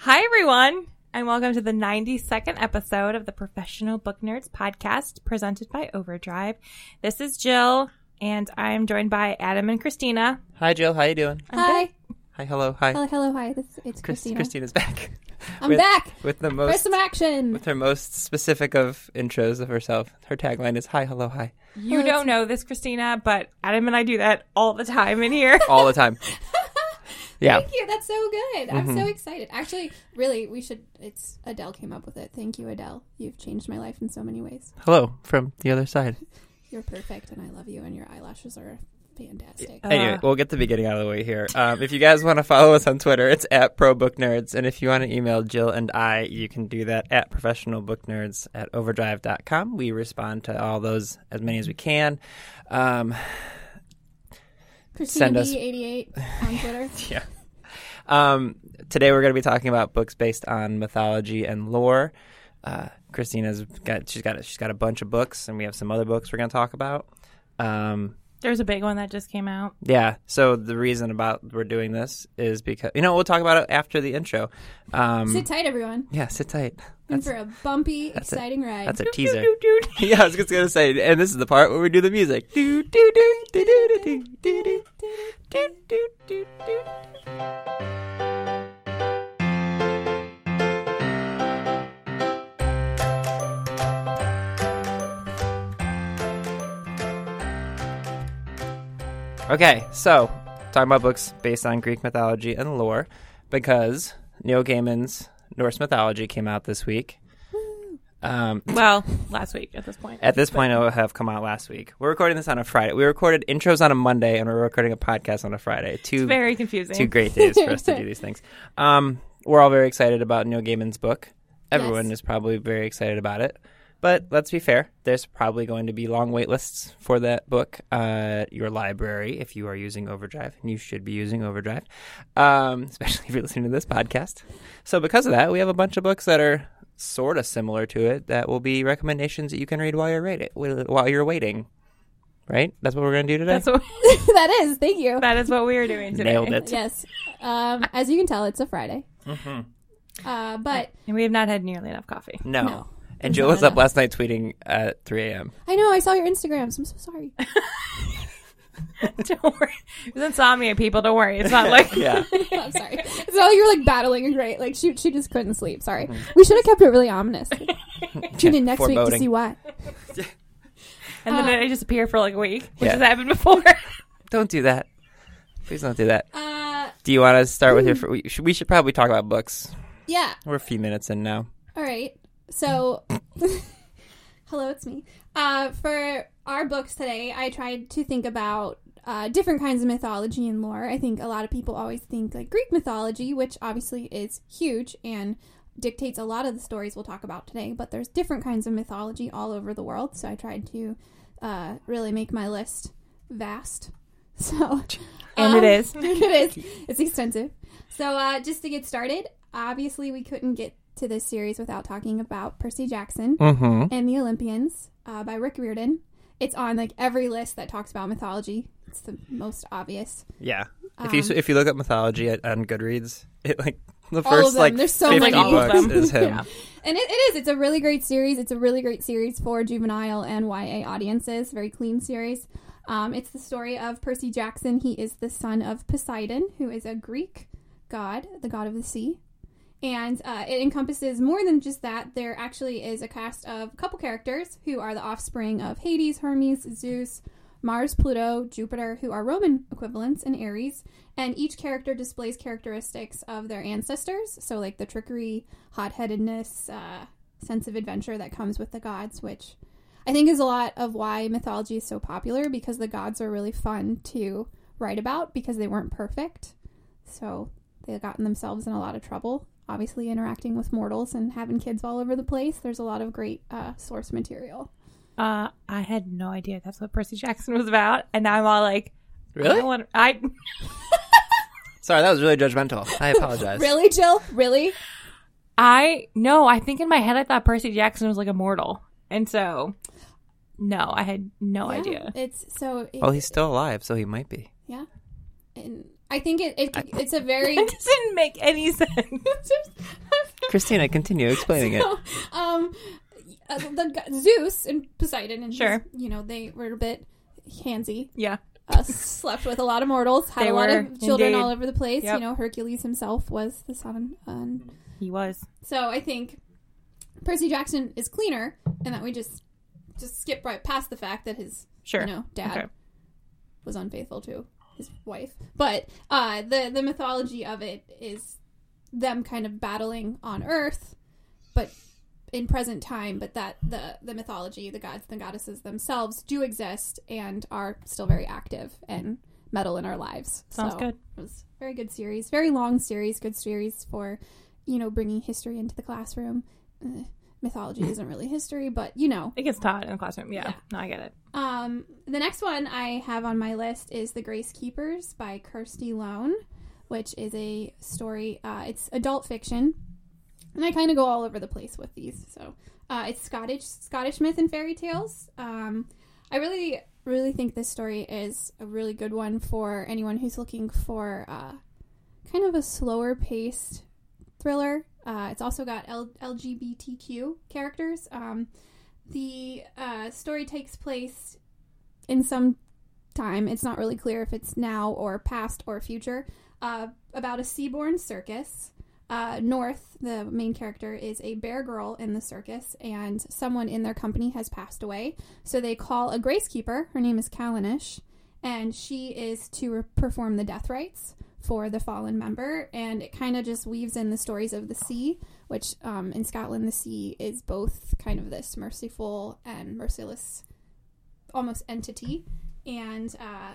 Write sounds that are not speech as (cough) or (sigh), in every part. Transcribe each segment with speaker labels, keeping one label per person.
Speaker 1: Hi, everyone, and welcome to the 92nd episode of the Professional Book Nerds podcast presented by Overdrive. This is Jill, and I'm joined by Adam and Christina.
Speaker 2: Hi, Jill. How you doing?
Speaker 1: I'm
Speaker 3: hi.
Speaker 1: good.
Speaker 2: Hi, hello, hi.
Speaker 3: Hello, hello, hi. This,
Speaker 2: Chris-
Speaker 3: it's Christina.
Speaker 2: Christina's back.
Speaker 3: I'm
Speaker 2: with,
Speaker 3: back
Speaker 2: with the
Speaker 3: for
Speaker 2: most
Speaker 3: some action.
Speaker 2: with her most specific of intros of herself. Her tagline is "Hi, hello, hi"
Speaker 1: You don't know this, Christina, but Adam and I do that all the time in
Speaker 2: (laughs)
Speaker 1: here.
Speaker 2: all the
Speaker 3: (laughs)
Speaker 2: time. yeah,
Speaker 3: Thank you. That's so good. I'm
Speaker 2: Mm-hmm.
Speaker 3: so excited. Actually, really, we should. It's Adele came up with it. Thank you, Adele. You've changed my life in so many ways.
Speaker 2: hello from the other side.
Speaker 3: You're perfect, and I love you, and your eyelashes are fantastic.
Speaker 2: Anyway, we'll get the beginning out of the way here. Um, if you guys want to follow us on Twitter, it's at ProBookNerds. And if you want to email Jill and I, you can do that at ProfessionalBookNerds at Overdrive.com. We respond to all those, as many as we can. Um, send
Speaker 3: Christina
Speaker 2: us- (laughs)
Speaker 3: B88 on Twitter.
Speaker 2: yeah. Um, today we're going to be talking about books based on mythology and lore. Uh, Christina's got she's got a, she's got a bunch of books, and we have some other books we're going to talk about. Um,
Speaker 1: There's a big one that just came out.
Speaker 2: yeah. So the reason about we're doing this is because you know we'll talk about it after the intro. Um,
Speaker 3: Sit tight, everyone.
Speaker 2: yeah, sit tight.
Speaker 3: In
Speaker 2: That's,
Speaker 3: for a bumpy,
Speaker 2: that's it.
Speaker 3: exciting ride.
Speaker 2: that's a teaser.
Speaker 1: Doot, doot, doot.
Speaker 2: (laughs) yeah, I was just gonna say, and this is the part where we do the music. Do do do do do do do do do do do do. Okay, so talking about books based on Greek mythology and lore, because Neil Gaiman's Norse mythology came out this week. Um,
Speaker 1: Well, last week at this point.
Speaker 2: at this point, it will have come out last week. We're recording this on a Friday. We recorded intros on a Monday, and we're recording a podcast on a Friday. Two
Speaker 1: Very confusing.
Speaker 2: two great days for
Speaker 1: (laughs)
Speaker 2: us to do these things. Um, we're all very excited about Neil Gaiman's book. Everyone
Speaker 3: Yes.
Speaker 2: is probably very excited about it. But let's be fair. There's probably going to be long wait lists for that book uh, at your library if you are using Overdrive, and you should be using Overdrive, um, (laughs) especially if you're listening to this podcast. So because of that, we have a bunch of books that are sort of similar to it that will be recommendations that you can read while you're read while you're waiting. Right? That's what we're going to do today.
Speaker 1: That's what,
Speaker 3: (laughs) that is. Thank you.
Speaker 1: that is what we are doing today. (laughs)
Speaker 2: Nailed it.
Speaker 3: Yes. Um, as you can tell, it's a Friday.
Speaker 2: Mm-hmm.
Speaker 3: Uh, but
Speaker 1: And we have not had nearly enough coffee. (laughs)
Speaker 2: No.
Speaker 3: No.
Speaker 2: And Jill was up last night tweeting at 3 a.m.
Speaker 3: I know I saw your Instagrams. I'm so sorry.
Speaker 1: Don't worry. It was insomnia, people. Don't worry. It's not like
Speaker 2: (laughs) Yeah.
Speaker 3: I'm sorry. It's not like you were like battling a great like she she just couldn't sleep. Sorry. We should have kept it really ominous. (laughs) Tune in next week to
Speaker 2: Foreboding.
Speaker 3: see why.
Speaker 1: And then I disappear for like a week, which
Speaker 2: Yeah.
Speaker 1: has happened before.
Speaker 2: Don't do that. Please don't do that.
Speaker 3: Uh
Speaker 2: Do you want to start with your? fir- We should, we should probably talk about books.
Speaker 3: yeah.
Speaker 2: We're a few minutes in now.
Speaker 3: All right. So hello, it's me. Uh for our books today, I tried to think about uh, different kinds of mythology and lore. I think a lot of people always think like Greek mythology, which obviously is huge and dictates a lot of the stories we'll talk about today, but there's different kinds of mythology all over the world. So I tried to uh, really make my list vast. (laughs) So um,
Speaker 1: And it
Speaker 3: (laughs)
Speaker 1: is.
Speaker 3: it is. It's extensive. So uh, just to get started, obviously we couldn't get to this series without talking about Percy Jackson
Speaker 2: Mm-hmm.
Speaker 3: and the Olympians uh, by Rick Riordan. It's on like every list that talks about mythology. It's the most obvious.
Speaker 2: Yeah.
Speaker 3: Um,
Speaker 2: If you s- if you look up mythology at, on Goodreads, (laughs) it like the
Speaker 3: All of
Speaker 2: first
Speaker 3: them.
Speaker 2: like
Speaker 3: There's so
Speaker 2: 50
Speaker 3: many.
Speaker 1: All of
Speaker 2: books
Speaker 1: them.
Speaker 3: (laughs)
Speaker 2: is him.
Speaker 1: Yeah.
Speaker 3: And it, it is. It's a really great series. It's a really great series for juvenile and YA audiences. Very clean series. Um, it's the story of Percy Jackson. He is the son of Poseidon, who is a Greek god, the god of the sea. And uh, it encompasses more than just that. There actually is a cast of a couple characters who are the offspring of Hades, Hermes, Zeus, Mars, Pluto, Jupiter, who are Roman equivalents, and Aries. And each character displays characteristics of their ancestors. So, like the trickery, hot headedness, uh, sense of adventure that comes with the gods, which I think is a lot of why mythology is so popular because the gods are really fun to write about because they weren't perfect. So they've gotten themselves in a lot of trouble. Obviously, interacting with mortals and having kids all over the place, there's a lot of great uh, source material.
Speaker 1: Uh, I had no idea that's what Percy Jackson was about, and now I'm all like, I don't want I
Speaker 2: Sorry, that was really judgmental.
Speaker 3: (laughs)
Speaker 2: I apologize.
Speaker 3: Really, Jill? Really?
Speaker 1: I no, I think in my head I thought Percy Jackson was like immortal, and so no, I had no
Speaker 3: Yeah,
Speaker 1: idea. (laughs)
Speaker 3: It's so. It,
Speaker 2: Well, he's still alive, so Oh, he might be.
Speaker 3: yeah. And I think it, it it's
Speaker 1: (laughs)
Speaker 3: a very.
Speaker 1: It didn't make any sense. (laughs)
Speaker 2: Christina, continue explaining
Speaker 3: (laughs)
Speaker 2: it.
Speaker 3: um, uh, the go- Zeus and Poseidon and
Speaker 1: Sure.
Speaker 3: you know they were a bit handsy.
Speaker 1: yeah,
Speaker 3: Uh, slept with a lot of mortals, had
Speaker 1: They
Speaker 3: a lot
Speaker 1: were,
Speaker 3: of children
Speaker 1: indeed.
Speaker 3: all over the place.
Speaker 1: Yep.
Speaker 3: You know, Hercules himself was the son. Um,
Speaker 1: he was.
Speaker 3: so I think Percy Jackson is cleaner, and that we just just skip right past the fact that his
Speaker 1: Sure.
Speaker 3: you know dad
Speaker 1: Okay.
Speaker 3: was unfaithful to his wife. But uh, the the mythology of it is them kind of battling on Earth, but in present time. But that the the mythology, the gods, and the goddesses themselves do exist and are still very active and metal in our lives.
Speaker 1: Sounds
Speaker 3: So
Speaker 1: good.
Speaker 3: It was a very good series, very long series, good series for you know bringing history into the classroom. Eh, mythology isn't really history, but you know
Speaker 1: It gets taught in the classroom. Yeah,
Speaker 3: Yeah.
Speaker 1: no, I get it.
Speaker 3: um, the next one I have on my list is The Grace Keepers by Kirsty Loan, which is a story. Uh, it's adult fiction, and I kind of go all over the place with these. So uh, it's Scottish Scottish myth and fairy tales. Um, I really, really think this story is a really good one for anyone who's looking for uh, kind of a slower paced thriller. Uh, it's also got L- LGBTQ characters. Um, the uh, story takes place in some time. It's not really clear if it's now or past or future. Uh, about a seaborne circus. Uh, North, the main character, is a bear girl in the circus, and someone in their company has passed away. So they call a gracekeeper. Her name is Kalanish, and she is to re- perform the death rites for the fallen member. And it kind of just weaves in the stories of the sea, which um, in Scotland, the sea is both kind of this merciful and merciless almost entity. And uh,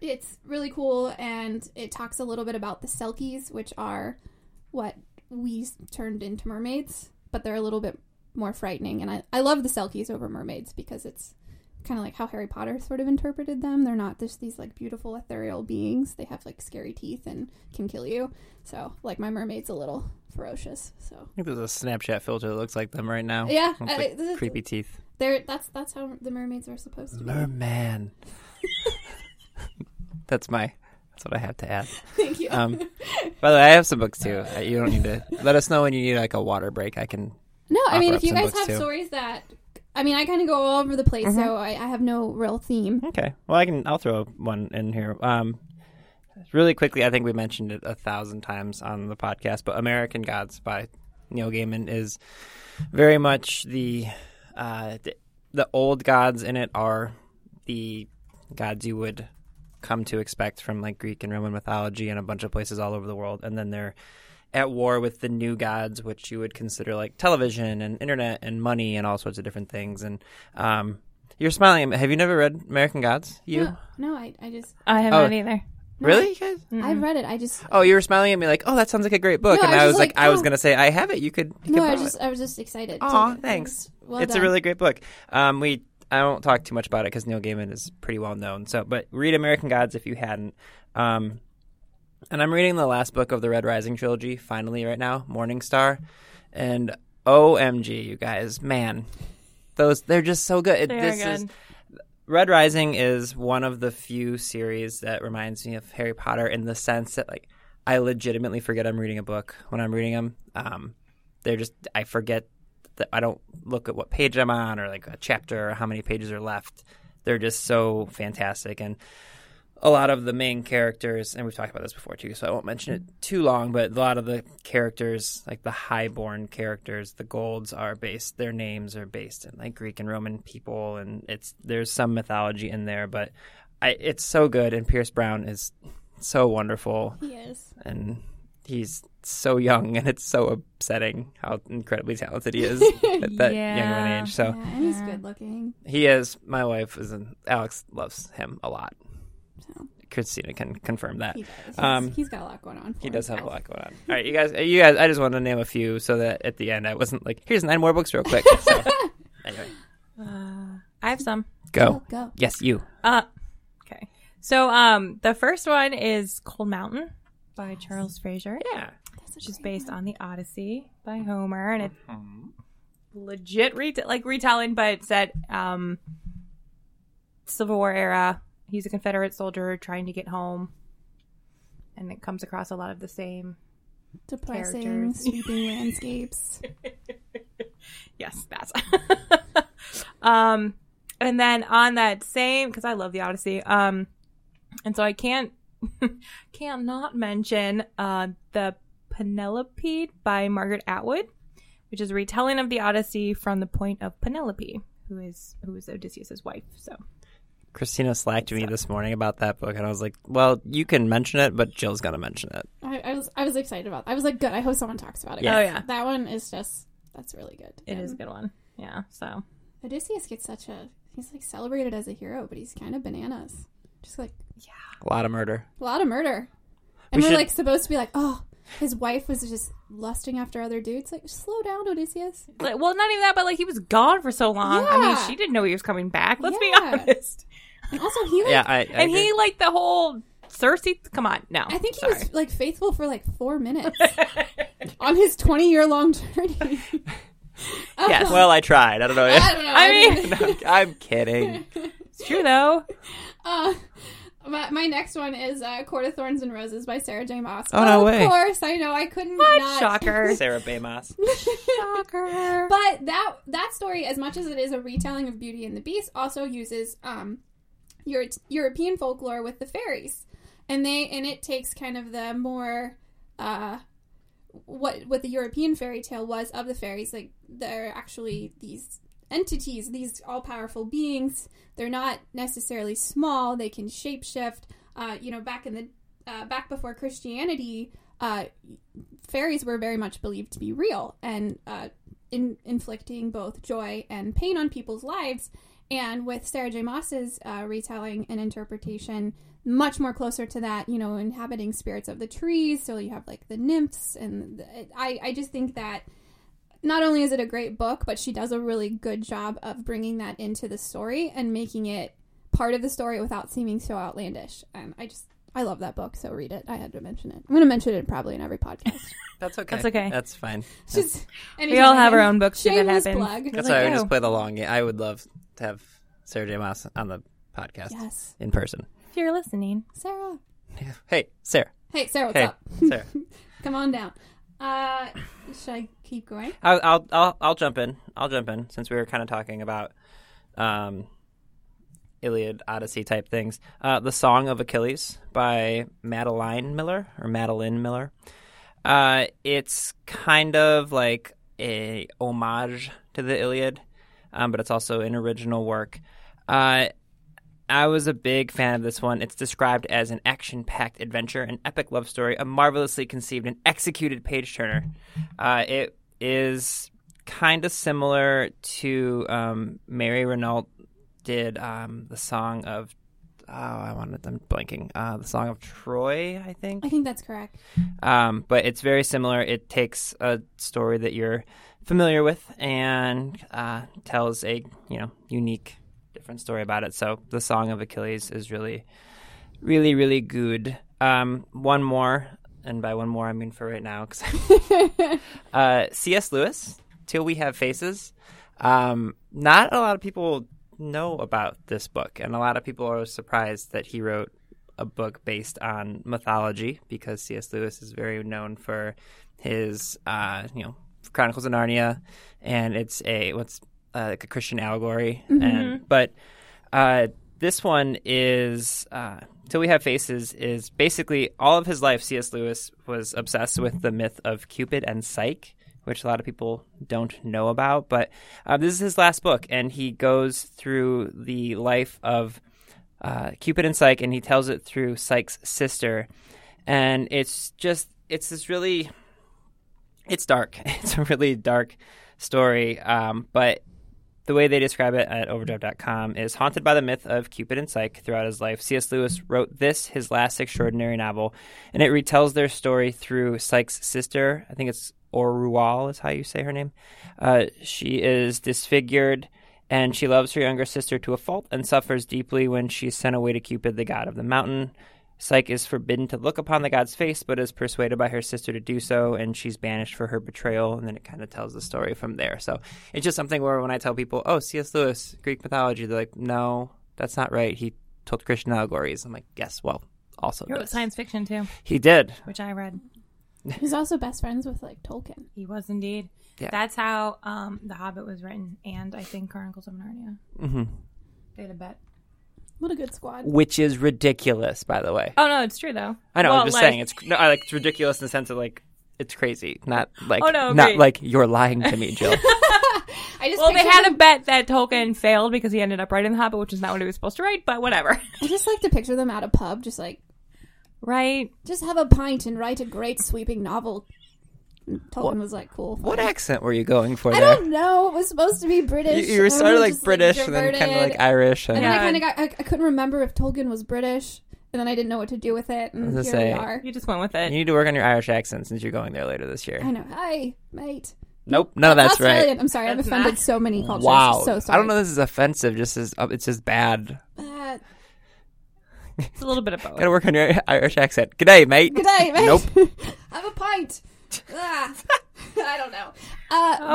Speaker 3: it's really cool. And it talks a little bit about the Selkies, which are what we s- turned into mermaids, but they're a little bit more frightening. And I, I love the Selkies over mermaids because it's kind of like how Harry Potter sort of interpreted them. They're not just these like beautiful ethereal beings, they have like scary teeth and can kill you. So, like, my mermaid's a little ferocious. So,
Speaker 2: Maybe there's a Snapchat filter that looks like them right now.
Speaker 3: yeah,
Speaker 2: Looks
Speaker 3: I-
Speaker 2: Oh, like
Speaker 3: this is-
Speaker 2: creepy teeth.
Speaker 3: they're, that's that's how the mermaids are supposed to be.
Speaker 2: Merman. (laughs) that's my. That's what I have to add.
Speaker 3: (laughs) Thank you.
Speaker 2: Um, by the way, I have some books too. Uh, You don't need to let us know when you need like a water break. I can.
Speaker 3: No, I mean,
Speaker 2: offer
Speaker 3: if
Speaker 2: up
Speaker 3: you
Speaker 2: some
Speaker 3: guys
Speaker 2: books,
Speaker 3: have
Speaker 2: too.
Speaker 3: stories that, I mean, I kind of go all over the place, so I, I have no real theme.
Speaker 2: Okay. Well, I can. I'll throw one in here. Um, really quickly, I think we mentioned it a thousand times on the podcast, but American Gods by Neil Gaiman is very much the uh, the, the old gods in it are the gods you would come to expect from like Greek and Roman mythology and a bunch of places all over the world, and then they're at war with the new gods, which you would consider like television and internet and money and all sorts of different things. And um, you're smiling. Have you never read American Gods? You
Speaker 3: No, no, I, I just,
Speaker 1: I
Speaker 2: Oh.
Speaker 1: haven't either.
Speaker 2: really? You guys?
Speaker 3: I've read it. I just,
Speaker 2: Oh, you were smiling at me like, oh, that sounds like a great book,
Speaker 3: No,
Speaker 2: and I
Speaker 3: I was
Speaker 2: was,
Speaker 3: just
Speaker 2: like,
Speaker 3: like,
Speaker 2: I was
Speaker 3: oh.
Speaker 2: gonna say, I have it. You could. You
Speaker 3: no,
Speaker 2: could
Speaker 3: I was
Speaker 2: borrow it."
Speaker 3: just, I was just excited.
Speaker 2: Aw,
Speaker 3: to-
Speaker 2: thanks.
Speaker 3: Well
Speaker 2: it's
Speaker 3: done.
Speaker 2: a really great book. Um, we I won't talk too much about it because Neil Gaiman is pretty well known. So, but read American Gods if you hadn't. Um, and I'm reading the last book of the Red Rising trilogy finally right now, Morning Star, and OMG, you guys, man, those they're just so good. It-
Speaker 1: They are
Speaker 2: this is
Speaker 1: good.
Speaker 2: Red Rising is one of the few series that reminds me of Harry Potter in the sense that like I legitimately forget I'm reading a book when I'm reading them. Um, they're just I forget that I don't look at what page I'm on or like a chapter or how many pages are left. They're just so fantastic and a lot of the main characters, and we've talked about this before too, so I won't mention it too long, but a lot of the characters, like the highborn characters, the golds are based, their names are based in like Greek and Roman people, and it's there's some mythology in there, but I, it's so good, and Pierce Brown is so wonderful,
Speaker 3: He is.
Speaker 2: and he's so young, and it's so upsetting how incredibly talented he is at that young of
Speaker 1: Yeah.
Speaker 2: an age. So
Speaker 3: yeah, and he's good looking.
Speaker 2: he is. My wife is. An, Alex loves him a lot.
Speaker 3: So
Speaker 2: Christina can confirm that.
Speaker 3: he does. He's-
Speaker 2: Um,
Speaker 3: he's got a lot going on. for
Speaker 2: He does have a
Speaker 3: himself.
Speaker 2: lot going on. All right, you guys, you guys. I just wanted to name a few so that at the end I wasn't like, "Here's nine more books,
Speaker 1: (laughs)
Speaker 2: real quick." So, anyway,
Speaker 1: Uh, I have some.
Speaker 2: go.
Speaker 3: Go.
Speaker 2: Yes, you.
Speaker 1: Uh, okay. So um, the first one is Cold Mountain by Charles Fraser.
Speaker 2: Yeah.
Speaker 1: which is based on the Odyssey by Homer, and it's legit reta- like retelling, but set um, Civil War era. He's a Confederate soldier trying to get home, and it comes across a lot of the same.
Speaker 3: Depressing,
Speaker 1: characters.
Speaker 3: sweeping
Speaker 1: (laughs)
Speaker 3: landscapes.
Speaker 1: Yes, that's. (laughs) um, and then on that same, because I love the Odyssey, um, and so I can't (laughs) can't not mention uh, the Penelope by Margaret Atwood, which is a retelling of the Odyssey from the point of Penelope, who is who is Odysseus's wife. So
Speaker 2: Christina slacked me this morning about that book, and I was like, "Well, you can mention it, but Jill's gonna mention it."
Speaker 3: I, I was I was excited about. That. I was like, good. I hope someone talks about it.
Speaker 1: Yeah. Oh, yeah.
Speaker 3: that one is just that's really good.
Speaker 1: it is a good one. Yeah. So
Speaker 3: Odysseus gets such a he's like celebrated as a hero, but he's kind of bananas. Just like
Speaker 2: A lot of murder.
Speaker 3: a lot of murder, and
Speaker 2: We
Speaker 3: we're
Speaker 2: should-
Speaker 3: like supposed to be like, oh, his wife was just lusting after other dudes. Like, slow down, Odysseus.
Speaker 1: Like, well, not even that, but like he was gone for so long. I mean,
Speaker 3: Yeah.
Speaker 1: she didn't know he was coming back. Let's
Speaker 3: Yeah.
Speaker 1: be honest.
Speaker 3: And also, he like,
Speaker 2: Yeah, I. I
Speaker 1: and
Speaker 2: agree.
Speaker 1: he like the whole Cersei. Come on, no.
Speaker 3: I think he
Speaker 1: Sorry.
Speaker 3: was like faithful for like
Speaker 1: (laughs)
Speaker 3: four minutes on his twenty year long journey.
Speaker 1: (laughs)
Speaker 3: oh,
Speaker 1: Yes.
Speaker 2: Well, I tried. I don't know. (laughs)
Speaker 3: I don't know.
Speaker 1: (laughs) I mean-
Speaker 2: I'm- I'm
Speaker 1: (laughs)
Speaker 2: kidding.
Speaker 1: It's true though.
Speaker 3: Uh, my, my next one is uh, Court of Thorns and Roses by Sarah J. Maas.
Speaker 2: Oh, no
Speaker 3: of
Speaker 2: way.
Speaker 3: course, I know I couldn't not.
Speaker 1: Shocker.
Speaker 2: Sarah Bamas.
Speaker 1: (laughs) Shocker.
Speaker 3: But that that story, as much as it is a retelling of Beauty and the Beast, also uses um, Euro- European folklore with the fairies, and they and it takes kind of the more uh, what what the European fairy tale was of the fairies. Like they're actually these entities, these all powerful beings. They're not necessarily small. They can shapeshift. Uh, you know, back in the uh, back before Christianity, uh, fairies were very much believed to be real and uh, in inflicting both joy and pain on people's lives. And with Sarah J. Moss's uh, retelling and interpretation, much more closer to that, you know, inhabiting spirits of the trees. So you have like the nymphs, and the, I, I just think that not only is it a great book, but she does a really good job of bringing that into the story and making it part of the story without seeming so outlandish. And I just, I love that book, so read it. I had to mention it. I'm going to mention it probably in every podcast.
Speaker 2: That's okay.
Speaker 1: That's okay.
Speaker 2: That's fine.
Speaker 3: It's just,
Speaker 1: We all have our own books too, that
Speaker 3: Shameless
Speaker 1: happens.
Speaker 3: plug.
Speaker 1: We're
Speaker 2: That's
Speaker 1: like,
Speaker 2: why I
Speaker 1: oh,
Speaker 2: just play the long game. I would love to have Sarah J. Moss on the podcast
Speaker 3: Yes,
Speaker 2: in person.
Speaker 1: If you're listening,
Speaker 3: Sarah.
Speaker 2: Hey, Sarah.
Speaker 3: Hey, Sarah, what's
Speaker 2: hey,
Speaker 3: up?
Speaker 2: Sarah.
Speaker 3: Come on down. Uh, should I keep going?
Speaker 2: (laughs) I'll, I'll I'll I'll jump in. I'll jump in since we were kind of talking about um, Iliad Odyssey type things. Uh, the Song of Achilles by Madeline Miller or Madeline Miller. Uh, it's kind of like a homage to the Iliad, um, but it's also an original work. Uh, I was a big fan of this one. It's described as an action packed adventure, an epic love story, a marvelously conceived and executed page turner. Uh, it is kind of similar to um, Mary Renault did um, the song of. Oh, I wanted. I'm blanking. Uh, the song of Troy, I think
Speaker 3: I think that's correct.
Speaker 2: um, but it's very similar. It takes a story that you're familiar with and uh, tells a you know unique, different story about it. So the Song of Achilles is really, really, really good. Um, one more, and by one more I mean for right now, 'cause uh, C.S. Lewis, Till We Have Faces. Um, not a lot of people know about this book, and a lot of people are surprised that he wrote a book based on mythology because C.S. Lewis is very known for his, uh, you know, Chronicles of Narnia, and it's a what's uh, like a Christian allegory, and but uh, this one is uh, Till We Have Faces is basically all of his life, C.S. Lewis was obsessed with the myth of Cupid and Psyche, which a lot of people don't know about. But uh, this is his last book, and he goes through the life of uh, Cupid and Psyche, and he tells it through Psyche's sister. And it's just, it's this really, it's dark. (laughs) It's a really dark story, um, but the way they describe it at overdrive.com is haunted by the myth of Cupid and Psyche throughout his life. C.S. Lewis wrote this, his last extraordinary novel, and it retells their story through Psyche's sister. I think it's Orual, is how you say her name. Uh, she is disfigured, and she loves her younger sister to a fault and suffers deeply when she's sent away to Cupid, the god of the mountain. Psyche is forbidden to look upon the god's face, but is persuaded by her sister to do so, and she's banished for her betrayal. And then it kind of tells the story from there. So it's just something where when I tell people, oh, C.S. Lewis, Greek mythology, they're like, no, that's not right. He told Christian allegories. I'm like, yes, well, also.
Speaker 1: He wrote
Speaker 2: this."
Speaker 1: science fiction too,
Speaker 2: He did.
Speaker 1: which I read.
Speaker 3: He's also best friends with like Tolkien.
Speaker 1: He was indeed.
Speaker 2: Yeah.
Speaker 1: That's how um, The Hobbit was written, and I think Chronicles of Narnia.
Speaker 2: hmm
Speaker 1: They had a bet.
Speaker 3: What a good squad.
Speaker 2: Which is ridiculous, by the way.
Speaker 1: Oh no, it's true though.
Speaker 2: I know,
Speaker 1: Well,
Speaker 2: I'm just
Speaker 1: like-
Speaker 2: saying. It's no, I like it's ridiculous in the sense of like, it's crazy. Not like,
Speaker 1: Oh, no,
Speaker 2: not
Speaker 1: agreed.
Speaker 2: like you're lying to me,
Speaker 3: (laughs)
Speaker 2: Jill.
Speaker 3: I
Speaker 1: (laughs)
Speaker 3: just
Speaker 1: Well, they
Speaker 3: picture
Speaker 1: had
Speaker 3: them-
Speaker 1: a bet that Tolkien failed because he ended up writing The Hobbit, which is not what he was supposed to write, but whatever. (laughs)
Speaker 3: I just like to picture them at a pub, just like
Speaker 1: Right?
Speaker 3: just have a pint and write a great sweeping novel. And Tolkien was like, cool. fine.
Speaker 2: what accent were you going for
Speaker 3: I
Speaker 2: there?
Speaker 3: don't know. It was supposed to be
Speaker 2: You,
Speaker 3: British.
Speaker 2: you were
Speaker 3: and
Speaker 2: sort
Speaker 3: we
Speaker 2: of like
Speaker 3: just,
Speaker 2: British and then
Speaker 3: diverted.
Speaker 2: kind of like Irish. And
Speaker 3: And then I
Speaker 1: Yeah.
Speaker 3: kind of got I, I couldn't remember if Tolkien was British, and then I didn't know what to do with it. And
Speaker 2: I
Speaker 3: here
Speaker 2: was gonna say-
Speaker 3: we are.
Speaker 1: You just went with it.
Speaker 2: You need to work on your Irish accent since you're going there later this year.
Speaker 3: I know. Hi, mate.
Speaker 2: Nope, none of that's
Speaker 3: Australian.
Speaker 2: right.
Speaker 3: I'm sorry. I've
Speaker 1: That's
Speaker 3: offended
Speaker 1: not-
Speaker 3: so many cultures.
Speaker 2: Wow,
Speaker 3: So sorry.
Speaker 2: I don't know. This is offensive. Just as uh, it's just bad.
Speaker 3: Uh,
Speaker 1: It's a little bit of both.
Speaker 2: Gotta work on your Irish accent. G'day, mate.
Speaker 3: good day, mate.
Speaker 2: Nope.
Speaker 3: (laughs) have a
Speaker 1: (laughs)
Speaker 3: pint. Ah, (laughs) I don't know. Uh,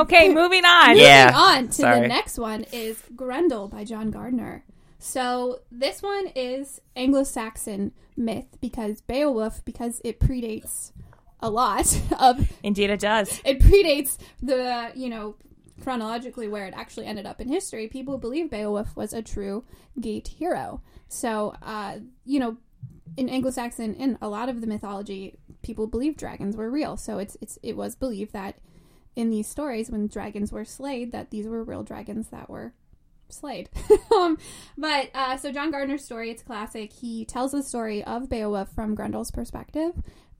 Speaker 1: (laughs) Okay, moving on.
Speaker 2: Yeah.
Speaker 3: Moving on to the
Speaker 2: Sorry.
Speaker 3: next one is Grendel by John Gardner. So this one is Anglo-Saxon myth because Beowulf because it predates a lot (laughs) of
Speaker 1: Indeed, it does.
Speaker 3: it predates the you know chronologically where it actually ended up in history people believe beowulf was a true gate hero so uh, you know in anglo-saxon and a lot of the mythology people believe dragons were real so it's, it's it was believed that in these stories when dragons were slayed that these were real dragons that were Slade. (laughs) um, but uh, so John Gardner's story, it's classic. He tells the story of Beowulf from Grendel's perspective,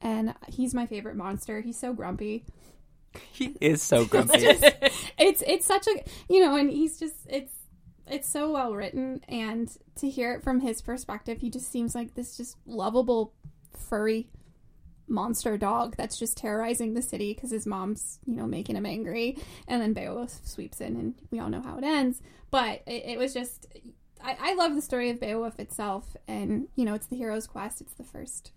Speaker 3: and he's my favorite monster. He's so grumpy.
Speaker 2: He is
Speaker 3: (laughs)
Speaker 2: so grumpy.
Speaker 3: It's it's such a you know, and he's just it's it's so well written, and to hear it from his perspective, he just seems like this just lovable furry monster dog that's just terrorizing the city because his mom's you know making him angry and then beowulf sweeps in and we all know how it ends but it, it was just I, I love the story of beowulf itself and you know it's the hero's quest it's the first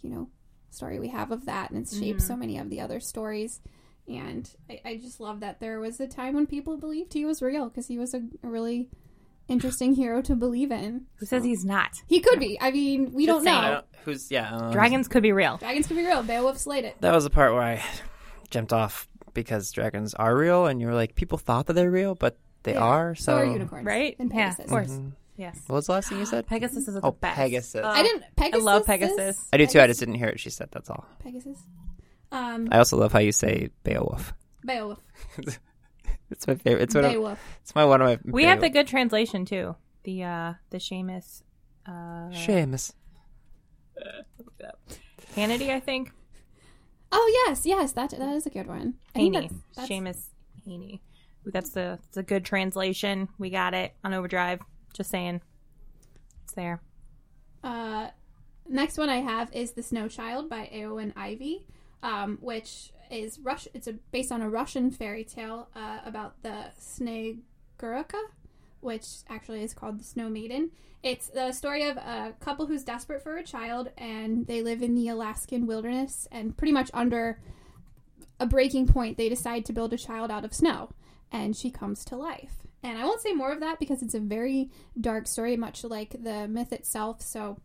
Speaker 3: you know story we have of that and it's shaped so many of the other stories and I, I just love that there was a time when people believed he was real because he was a, a really interesting hero to believe in
Speaker 1: Who says he's not?
Speaker 3: he could be i mean we don't know
Speaker 2: who's yeah. um,
Speaker 1: Dragons could be real.
Speaker 3: dragons could be real beowulf slayed it
Speaker 2: That was the part where I (sighs) jumped off because dragons are real, and you were like, people thought that they're real, but they
Speaker 3: Yeah.
Speaker 2: are. So
Speaker 3: or unicorns,
Speaker 1: Right?
Speaker 3: And
Speaker 1: yeah,
Speaker 3: Pegasus.
Speaker 1: of course. Yes.
Speaker 2: What was the last thing you said?
Speaker 1: Pegasus is the
Speaker 2: Mm-hmm. Oh,
Speaker 1: best.
Speaker 2: Pegasus.
Speaker 3: I didn't. Pegasus.
Speaker 1: I love
Speaker 3: sis?
Speaker 1: Pegasus.
Speaker 2: I do too. I just didn't hear it. She said that's all.
Speaker 3: Pegasus. Um,
Speaker 2: I also love how you say Beowulf. (laughs)
Speaker 3: Beowulf.
Speaker 2: It's my favorite. It's, one of,
Speaker 3: Beowulf.
Speaker 2: it's my one of my.
Speaker 1: We have the good translation too. The uh the Seamus uh
Speaker 2: Seamus.
Speaker 1: Hannity, I think.
Speaker 3: Oh yes, yes. That that is a good one. I think
Speaker 1: Haney.
Speaker 3: that's-
Speaker 1: Seamus Haney. That's the it's a good translation. We got it on overdrive. Just saying. It's there.
Speaker 3: Uh, next one I have is The Snow Child by Eowyn Ivy, um, which is Rush. It's a, based on a Russian fairy tale uh, about the Snegurka, which actually is called The Snow Maiden. It's the story of a couple who's desperate for a child, and they live in the Alaskan wilderness, and pretty much under a breaking point, they decide to build a child out of snow, and she comes to life. And I won't say more of that because it's a very dark story, much like the myth itself. So,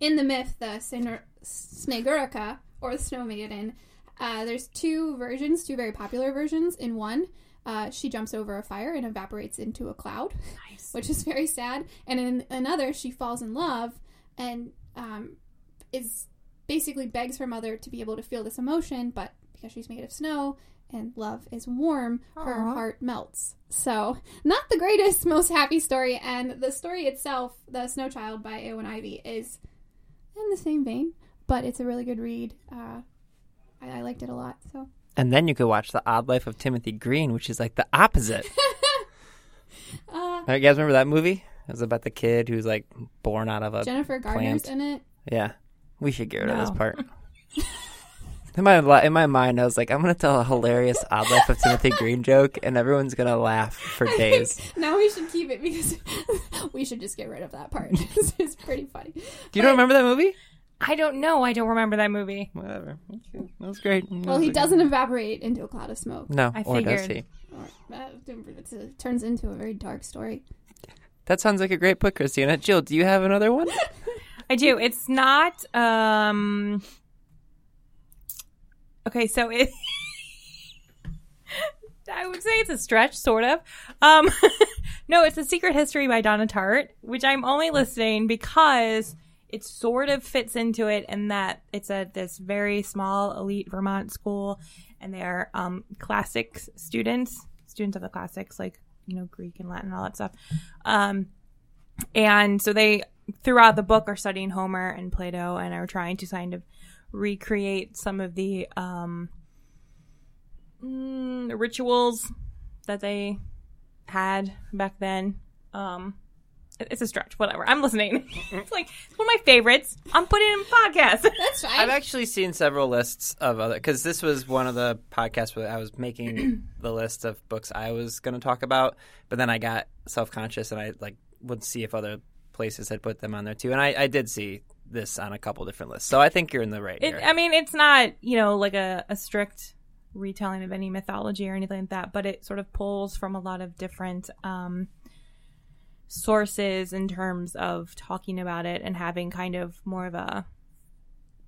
Speaker 3: in the myth, the Sne- Snegurka or the Snow Maiden, uh, there's two versions, two very popular versions. In one, uh, she jumps over a fire and (laughs) evaporates into a cloud, which is very sad. And in another, she falls in love and um, is basically begs her mother to be able to feel this emotion, but because she's made of snow and love is warm, her
Speaker 1: Aw.
Speaker 3: heart melts. So, not the greatest, (laughs) most happy story. And the story itself, The Snow Child by Owen Ivy, is in the same vein, but it's a really good read. Uh, I, I liked it a lot. So,
Speaker 2: And then you could watch The Odd Life of Timothy Green, which is like the
Speaker 3: (laughs)
Speaker 2: opposite.
Speaker 3: uh,
Speaker 2: All right, you guys remember that movie? It was about the kid who's like born out of a
Speaker 3: Jennifer Gardner's
Speaker 2: plant.
Speaker 3: in it.
Speaker 2: yeah. We should get rid of
Speaker 1: No. (laughs)
Speaker 2: this part. In my li- in my mind, I was like, I'm gonna tell a hilarious Odd Life of Timothy Green joke, and everyone's gonna laugh for days.
Speaker 3: (laughs) Now we should keep it because (laughs) we should just get rid of that part. (laughs) this is pretty funny.
Speaker 2: Do you don't remember that movie?
Speaker 1: I don't know. I don't remember that movie.
Speaker 2: Whatever. Okay. That was great.
Speaker 3: Well, he doesn't evaporate into a cloud of smoke.
Speaker 2: No,
Speaker 1: I
Speaker 2: or does
Speaker 1: figured.
Speaker 2: he?
Speaker 3: Or, uh, it's a- it turns into a very dark story.
Speaker 2: That sounds like a great book, Christina. Jill, do you have another one?
Speaker 1: I do. It's not. um Okay, so it. (laughs) I would say it's a stretch, sort of. Um (laughs) No, it's a secret history by Donna Tartt, which I'm only listing because it sort of fits into it in that it's a this very small elite Vermont school, and they are um, classics students, students of the classics, like you know Greek and Latin and all that stuff. Um, and so they throughout the book are studying Homer and Plato and are trying to kind of recreate some of the um, mm, rituals that they had back then. Um, it- it's a stretch, whatever. I'm listening. (laughs) it's like it's one of my favorites. I'm putting it in podcast. (laughs)
Speaker 3: That's
Speaker 2: I've
Speaker 3: fine.
Speaker 2: actually seen several lists of other because this was one of the podcasts where I was
Speaker 1: (clears throat)
Speaker 2: making the list of books I was going to talk about, but then I got self conscious and I like would see if other places had put them on there too, and I, I did see this on a couple different lists, so I think you're in the right.
Speaker 1: It,
Speaker 2: area.
Speaker 1: I mean, it's not you know like a, a strict retelling of any mythology or anything like that, but it sort of pulls from a lot of different um, sources in terms of talking about it and having kind of more of a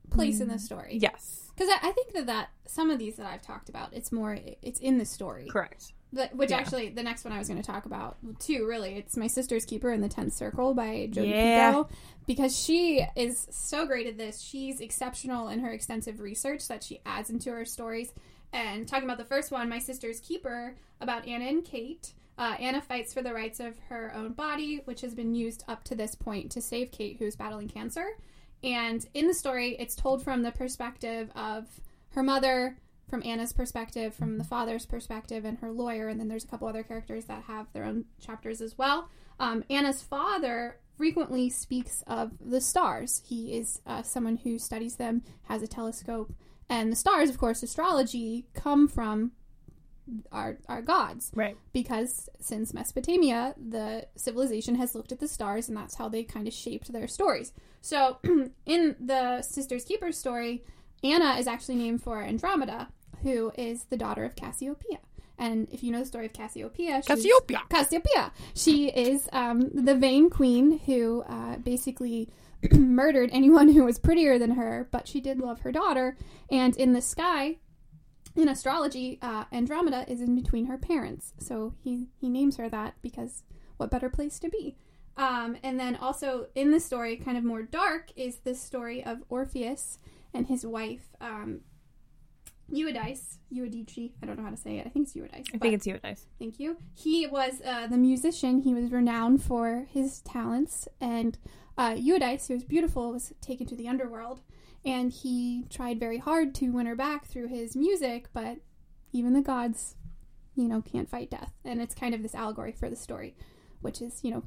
Speaker 3: Place in the story.
Speaker 1: yes,
Speaker 3: Because I, I think that, that some of these that I've talked about, it's more, it's in the story.
Speaker 1: correct.
Speaker 3: That- which
Speaker 1: Yeah.
Speaker 3: actually, the next one I was going to talk about too, really, it's My Sister's Keeper in the Tenth Circle by Jodi
Speaker 1: Yeah.
Speaker 3: Picoult. Because she is so great at this. She's exceptional in her extensive research that she adds into her stories. And talking about the first one, My Sister's Keeper, about Anna and Kate. Uh, Anna fights for the rights of her own body, which has been used up to this point to save Kate, who's battling cancer. And in the story, it's told from the perspective of her mother, from Anna's perspective, from the father's perspective, and her lawyer. And then there's a couple other characters that have their own chapters as well. Um, Anna's father frequently speaks of the stars. He is uh, someone who studies them, has a telescope. And the stars, of course, astrology, come from our, our gods
Speaker 1: Right.
Speaker 3: because since Mesopotamia, the civilization has looked at the stars, and that's how they kind of shaped their stories. So, (clears throat) in the Sisters Keeper story, Anna is actually named for Andromeda, who is the daughter of Cassiopeia. And if you know the story of Cassiopeia, she's-
Speaker 2: Cassiopeia.
Speaker 3: Cassiopeia. She is um, the vain queen who uh, basically (clears throat) murdered anyone who was prettier than her, but she did love her daughter. And in the sky, in astrology, uh, Andromeda is in between her parents, so he he names her that because what better place to be? Um, and then also in the story, kind of more dark, is the story of Orpheus and his wife um, Eurydice. Eurydice. I don't know how to say it. I think it's Eurydice.
Speaker 1: I
Speaker 3: but-
Speaker 1: think it's you guys.
Speaker 3: Thank you. He was uh, the musician. He was renowned for his talents. And uh, Eurydice, who was beautiful, was taken to the underworld. And he tried very hard to win her back through his music, but even the gods, you know, can't fight death. And it's kind of this allegory for the story, which is, you know,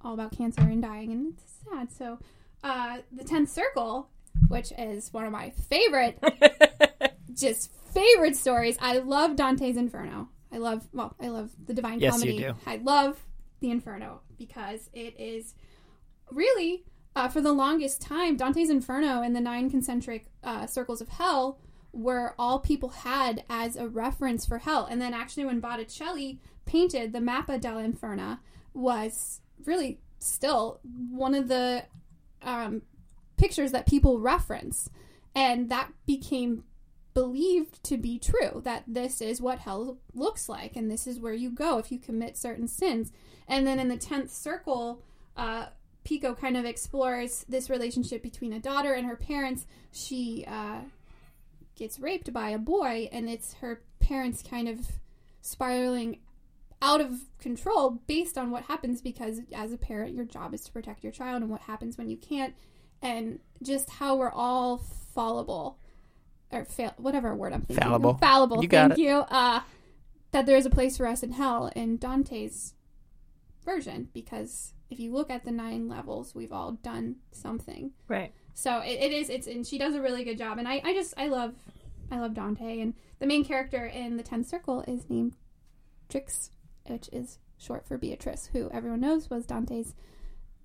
Speaker 3: all about cancer and dying, and it's sad. So, uh, the tenth circle, which is one of my favorite just favorite stories. I love Dante's Inferno. I love well, I love the Divine
Speaker 2: Yes,
Speaker 3: Comedy.
Speaker 2: you do.
Speaker 3: I love the Inferno because it is really uh, for the longest time Dante's Inferno and the nine concentric uh, circles of hell were all people had as a reference for hell. And then actually when Botticelli painted the Mappa dell'Inferno was really still one of the um, pictures that people reference. And that became believed to be true that this is what hell looks like and this is where you go if you commit certain sins. And then in the 10th circle, uh, Pico kind of explores this relationship between a daughter and her parents. She uh, gets raped by a boy, and it's her parents kind of spiraling out of control based on what happens because as a parent your job is to protect your child and what happens when you can't and just how we're all fallible or fail whatever word i'm thinking
Speaker 2: Fallible.
Speaker 3: fallible
Speaker 2: You got
Speaker 3: thank you uh that there is a place for us in hell in dante's version because if you look at the nine levels we've all done something
Speaker 1: Right.
Speaker 3: so it, it is. It's and she does a really good job. And I, I just I love, I love Dante. And the main character in the Tenth Circle is named Trix, which is short for Beatrice, who everyone knows was Dante's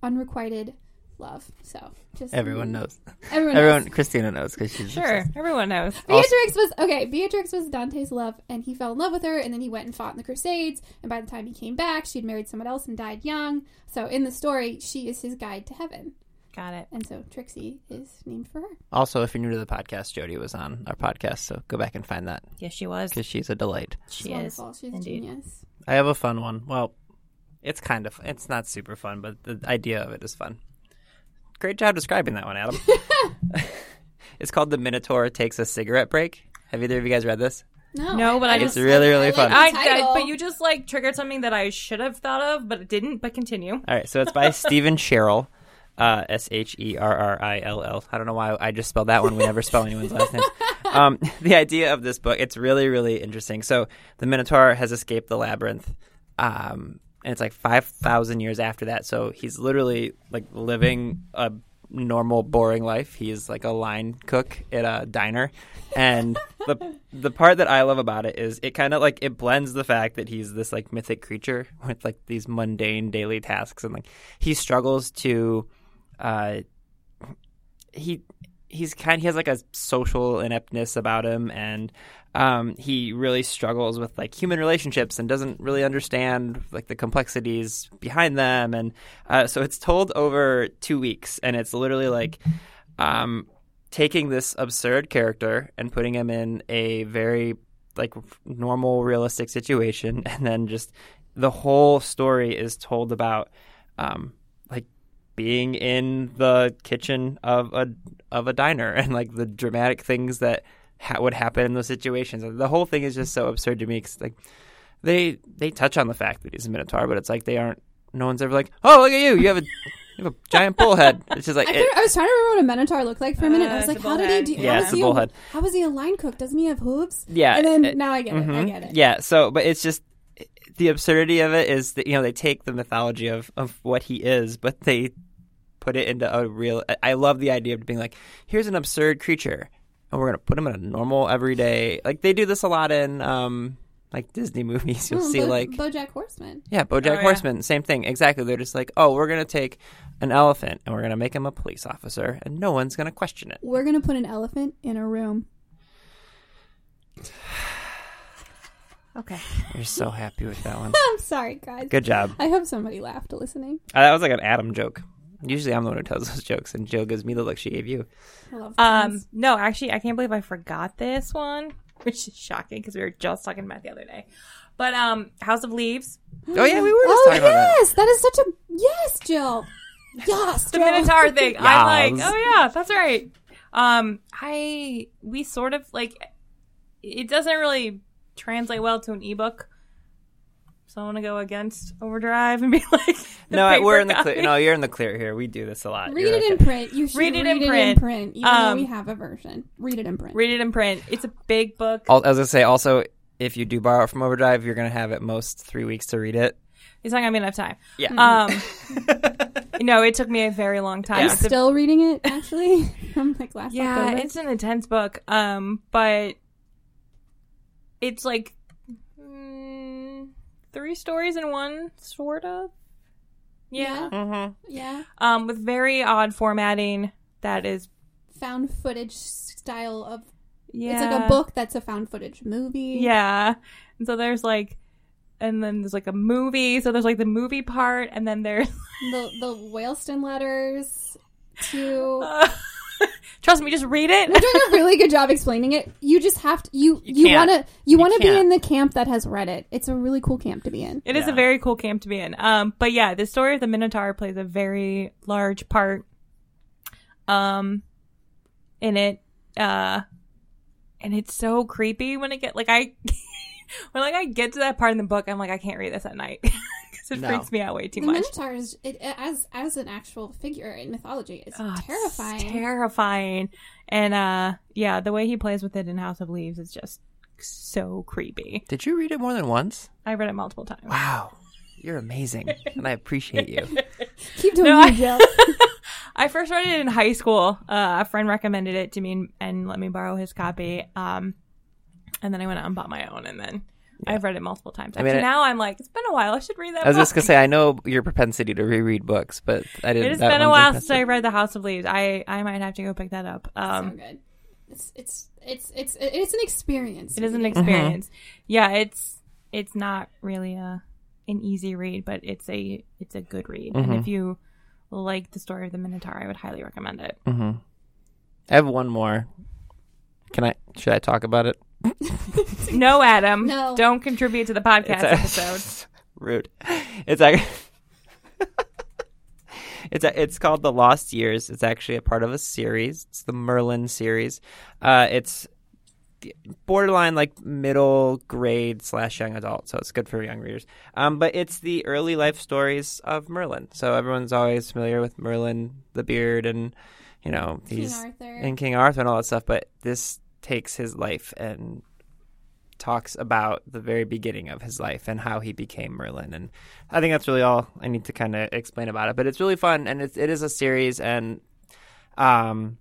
Speaker 3: unrequited love. So just
Speaker 2: Everyone knows.
Speaker 3: Everyone.
Speaker 2: Everyone,
Speaker 3: knows.
Speaker 2: Christina knows because she's
Speaker 1: Sure. Everyone knows.
Speaker 2: Also-
Speaker 3: Beatrix was okay. Beatrix was Dante's love, and he fell in love with her. And then he went and fought in the Crusades. And by the time he came back, she'd married someone else and died young. So in the story, she is his guide to heaven.
Speaker 1: Got it.
Speaker 3: And so Trixie is named for her.
Speaker 2: Also, if you're new to the podcast, Jody was on our podcast, so go back and find that
Speaker 1: Yes, she was.
Speaker 2: because she's a delight.
Speaker 3: She's
Speaker 1: She is.
Speaker 3: wonderful. She's
Speaker 1: Indeed.
Speaker 3: genius.
Speaker 2: I have a fun one. Well, it's kind of it's not super fun, but the idea of it is fun. Great job describing that one, Adam. it's called "The Minotaur Takes a Cigarette Break." Have either of you guys read this?
Speaker 3: No,
Speaker 1: No, but I
Speaker 2: It's
Speaker 1: just-
Speaker 2: really, really fun.
Speaker 1: I,
Speaker 3: like the
Speaker 1: I,
Speaker 3: title.
Speaker 1: but you just like triggered something that I should have thought of, but it didn't. But continue.
Speaker 2: All right, so it's by Stephen Sherrill, uh, S H E R R I L L. I don't know why I just spelled that one. We never spell anyone's last name. Um, (laughs) the idea of this book, it's really, really interesting. So the Minotaur has escaped the labyrinth, um, and it's like 5,000 years after that. So he's literally like living a normal, boring life. He's like a line cook at a diner. And the (laughs) the part that I love about it is it kind of like it blends the fact that he's this like mythic creature with like these mundane daily tasks and like he struggles to uh he he's kind he has like a social ineptness about him and um he really struggles with like human relationships and doesn't really understand like the complexities behind them and uh, so it's told over two weeks and it's literally like um taking this absurd character and putting him in a very like normal realistic situation (laughs) and then just the whole story is told about um like being in the kitchen of a of a diner (laughs) and like the dramatic things that ha- would happen in those situations the whole thing is just so absurd to me 'cause, like they they touch on the fact that he's a minotaur but it's like they aren't no one's ever like oh look at you you have a you have a giant bull head it's just like
Speaker 3: (laughs) I,
Speaker 2: it-
Speaker 3: couldn't- I was trying to remember what a minotaur looked like for a minute.
Speaker 1: Uh,
Speaker 3: I was
Speaker 1: it's
Speaker 3: like,
Speaker 1: a
Speaker 3: how did
Speaker 1: bullhead.
Speaker 3: he do?
Speaker 2: Yeah,
Speaker 3: how
Speaker 2: it's
Speaker 3: is
Speaker 2: a
Speaker 3: he
Speaker 2: bullhead.
Speaker 3: How is he a line cook? Doesn't he have hooves?
Speaker 2: Yeah,
Speaker 3: And then
Speaker 2: it-
Speaker 3: now I get it. I
Speaker 2: Mhm.
Speaker 3: get it.
Speaker 2: Yeah. So, but it's just the absurdity of it is that you know they take the mythology of of what he is, but they put it into a real. I- I love the idea of being like, here's an absurd creature, and we're gonna put him in a normal everyday. Like they do this a lot in um like Disney (laughs) movies. You'll
Speaker 3: Oh,
Speaker 2: see
Speaker 3: Bo-
Speaker 2: like
Speaker 3: BoJack Horseman.
Speaker 2: yeah, BoJack
Speaker 1: Oh, yeah.
Speaker 2: Horseman, same thing. Exactly. They're just like, oh, we're gonna take an elephant and we're gonna make him a police officer, and no one's gonna question it.
Speaker 3: We're gonna put an elephant in a room.
Speaker 1: Okay.
Speaker 2: You're so happy with that one.
Speaker 3: I'm sorry, guys.
Speaker 2: Good job.
Speaker 3: I hope somebody laughed listening.
Speaker 2: Uh, that was like an Adam joke. Usually I'm the one who tells (laughs) those jokes, and Jill gives me the look she gave you.
Speaker 3: I love
Speaker 1: Um.
Speaker 3: puns.
Speaker 1: No, actually, I can't believe I forgot this one, (laughs) which is shocking because we were just talking about it the other day. But um, House of Leaves,
Speaker 2: Oh yeah, we were just
Speaker 3: Oh
Speaker 2: talking about
Speaker 3: yes, that is such a yes, Jill.
Speaker 2: (laughs)
Speaker 3: Yes,
Speaker 1: the
Speaker 3: Jill.
Speaker 1: Minotaur thing. I'm
Speaker 2: Yas.
Speaker 1: like, oh yeah, that's right. Um, I we sort of like it doesn't really translate well to an ebook. So I want to go against Overdrive and be (laughs) like,
Speaker 2: that. No,
Speaker 1: paper
Speaker 2: we're in the
Speaker 1: copy.
Speaker 2: clear. No, you're in the clear here. We do this a lot.
Speaker 3: Read
Speaker 2: You're
Speaker 3: it in
Speaker 2: okay.
Speaker 3: print. You should read it in print. Even
Speaker 1: Um,
Speaker 3: though we have a version, read it in print.
Speaker 1: Read it in print. It's a big book.
Speaker 2: Al- I was gonna say also, if you do borrow it from Overdrive, you're gonna have at most three weeks to read it. Uh,
Speaker 1: It's not gonna be enough
Speaker 2: (laughs)
Speaker 1: time.
Speaker 2: Yeah.
Speaker 1: (laughs) Um, no, it took me a very long time.
Speaker 3: I'm
Speaker 1: It's a-
Speaker 3: still reading it actually (laughs) from like last
Speaker 1: yeah,
Speaker 3: October.
Speaker 1: it's an intense book. Um, but it's like mm, three stories in one, sort of. Yeah.
Speaker 2: Mm-hmm.
Speaker 3: yeah.
Speaker 1: Um, with very odd formatting. That is.
Speaker 3: found footage style of
Speaker 1: Yeah.
Speaker 3: it's like a book that's a found footage movie.
Speaker 1: Yeah. And so there's like, and then there's like a movie. So there's like the movie part, and then there's (laughs)
Speaker 3: The the Whaleston letters to
Speaker 1: Uh, Trust me, just read
Speaker 3: We're
Speaker 1: it.
Speaker 3: doing a really good job explaining it. You just have to. You
Speaker 2: You
Speaker 3: you
Speaker 2: can't.
Speaker 3: want to you
Speaker 2: You
Speaker 3: want to be
Speaker 2: can't.
Speaker 3: in the camp that has read it. It's a really cool camp to be in.
Speaker 1: It is a
Speaker 2: Yeah.
Speaker 1: very cool camp to be in. Um, but yeah, the story of the Minotaur plays a very large part um in it. Uh and it's so creepy when it get like I (laughs) when like I get to that part in the book, I'm like, I can't read this at night. (laughs) Because it
Speaker 2: No.
Speaker 1: freaks me out way too
Speaker 3: the
Speaker 1: much.
Speaker 3: Minotaur is it, as as an actual figure in mythology is
Speaker 1: Oh, it's
Speaker 3: terrifying.
Speaker 1: terrifying. And uh yeah, the way he plays with it in House of Leaves is just so creepy.
Speaker 2: Did you read it more than once?
Speaker 1: I read it multiple times.
Speaker 2: Wow. You're amazing. and I appreciate you.
Speaker 3: Keep doing
Speaker 1: No,
Speaker 3: you,
Speaker 1: I- (laughs)
Speaker 3: Jill.
Speaker 1: I first read it in high school. Uh, a friend recommended it to me and, and let me borrow his copy. Um, and then I went out and bought my own, and then I've read it multiple times.
Speaker 2: I mean,
Speaker 1: Actually,
Speaker 2: it-
Speaker 1: now I'm like, it's been a while. I should read that.
Speaker 2: I was just
Speaker 1: book.
Speaker 2: gonna say I know your propensity to reread books, but I didn't.
Speaker 1: it has
Speaker 2: that
Speaker 1: been a
Speaker 2: one's
Speaker 1: while
Speaker 2: impressive.
Speaker 1: since I read The House of Leaves. I I might have to go pick that up. Um,
Speaker 3: so good. It's it's it's it's it's an experience.
Speaker 1: it is an
Speaker 2: Mm-hmm.
Speaker 1: experience. Yeah, it's it's not really a an easy read, but it's a it's a good read. And
Speaker 2: Mm-hmm.
Speaker 1: if you like the story of the Minotaur, I would highly recommend it.
Speaker 2: Mm-hmm. I have one more. Can I? Should I talk about it?
Speaker 1: No, Adam,
Speaker 3: No.
Speaker 1: don't contribute to the podcast
Speaker 2: It's a-
Speaker 1: episode.
Speaker 2: (laughs) Rude. It's ac (laughs) It's, a, it's called The Lost Years. It's actually a part of a series. It's the Merlin series. Uh, it's borderline like middle grade slash young adult, so it's good for young readers. Um, but it's the early life stories of Merlin. So everyone's always familiar with Merlin the Beard and you know he's
Speaker 3: Arthur.
Speaker 2: and King Arthur and all that stuff. But this takes his life and talks about the very beginning of his life and how he became Merlin. And I think that's really all I need to kind of explain about it. But it's really fun and it's, it is a series and um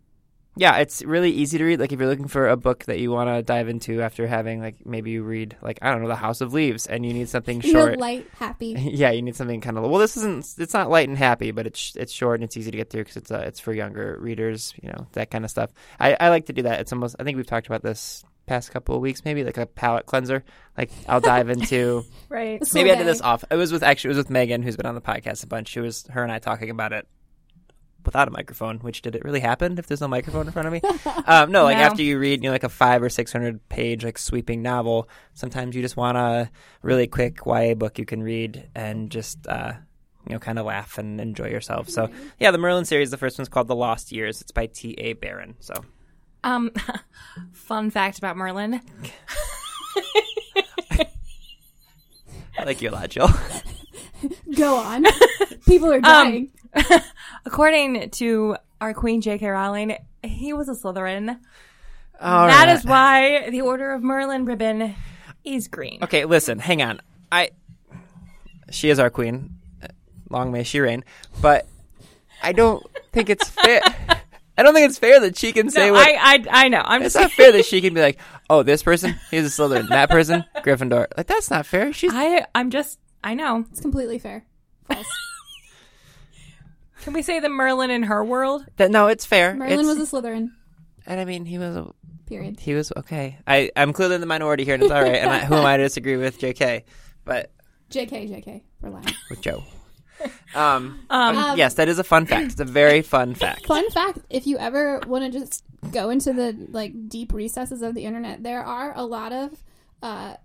Speaker 2: yeah, it's really easy to read. Like if you're looking for a book that you want to dive into after having like maybe you read like I don't know The House of Leaves and you need something
Speaker 3: (laughs) You know,
Speaker 2: short.
Speaker 3: light, happy.
Speaker 2: (laughs) yeah, you need something kind of well. This isn't. It's not light and happy, but it's it's short and it's easy to get through because it's uh, it's for younger readers. You know that kind of stuff. I, I like to do that. It's almost. I think we've talked about this past couple of weeks, maybe like a palate cleanser. Like I'll dive into.
Speaker 1: Right.
Speaker 3: Slow
Speaker 2: maybe I did
Speaker 3: day.
Speaker 2: this off. It was with actually it was with Megan, who's been on the podcast a bunch. She was her and I talking about it without a microphone. Which did it really happen? If there's no microphone in front of me, um, no. Like
Speaker 1: No.
Speaker 2: after you read, you know, like a five or six hundred page like sweeping novel, sometimes you just want a really quick YA book you can read and just. Uh, you know, kind of laugh and enjoy yourself. So, yeah, the Merlin series, the first one's called The Lost Years. It's by T.A. Barron. So,
Speaker 1: Um, (laughs) fun fact about Merlin.
Speaker 2: I like you a lot, Jill.
Speaker 1: (laughs)
Speaker 3: Go on. People
Speaker 1: Um,
Speaker 3: are dying.
Speaker 1: According to our queen J.K. Rowling, he was a Slytherin. That is why the Order of Merlin ribbon is green.
Speaker 2: Okay, listen, hang on. I she is our queen. Long may she reign. But I don't think it's fair. (laughs) I don't think it's fair that she can say
Speaker 1: No,
Speaker 2: what.
Speaker 1: I, I I know. I'm
Speaker 2: it's
Speaker 1: just.
Speaker 2: not fair that she can be like, oh, this person, he's a Slytherin. That person, Gryffindor. Like that's not fair. She's
Speaker 1: I I'm just. I know.
Speaker 3: It's completely fair.
Speaker 1: (laughs)
Speaker 3: False.
Speaker 1: Can we say the Merlin in her world?
Speaker 2: that, no, it's fair.
Speaker 3: Merlin
Speaker 2: It's-
Speaker 3: was a Slytherin.
Speaker 2: and I mean, he was a,
Speaker 3: Period.
Speaker 2: he was okay. I I'm clearly in the minority here, and it's all right. And I, who am I to disagree with J.K. But
Speaker 3: Jk. Jk. We're lying.
Speaker 2: with Joe. Um, um, yes, that is a fun fact. It's a very fun
Speaker 3: (laughs)
Speaker 2: fact.
Speaker 3: Fun fact: If you ever want to just go into the like deep recesses of the internet, there are a lot of uh,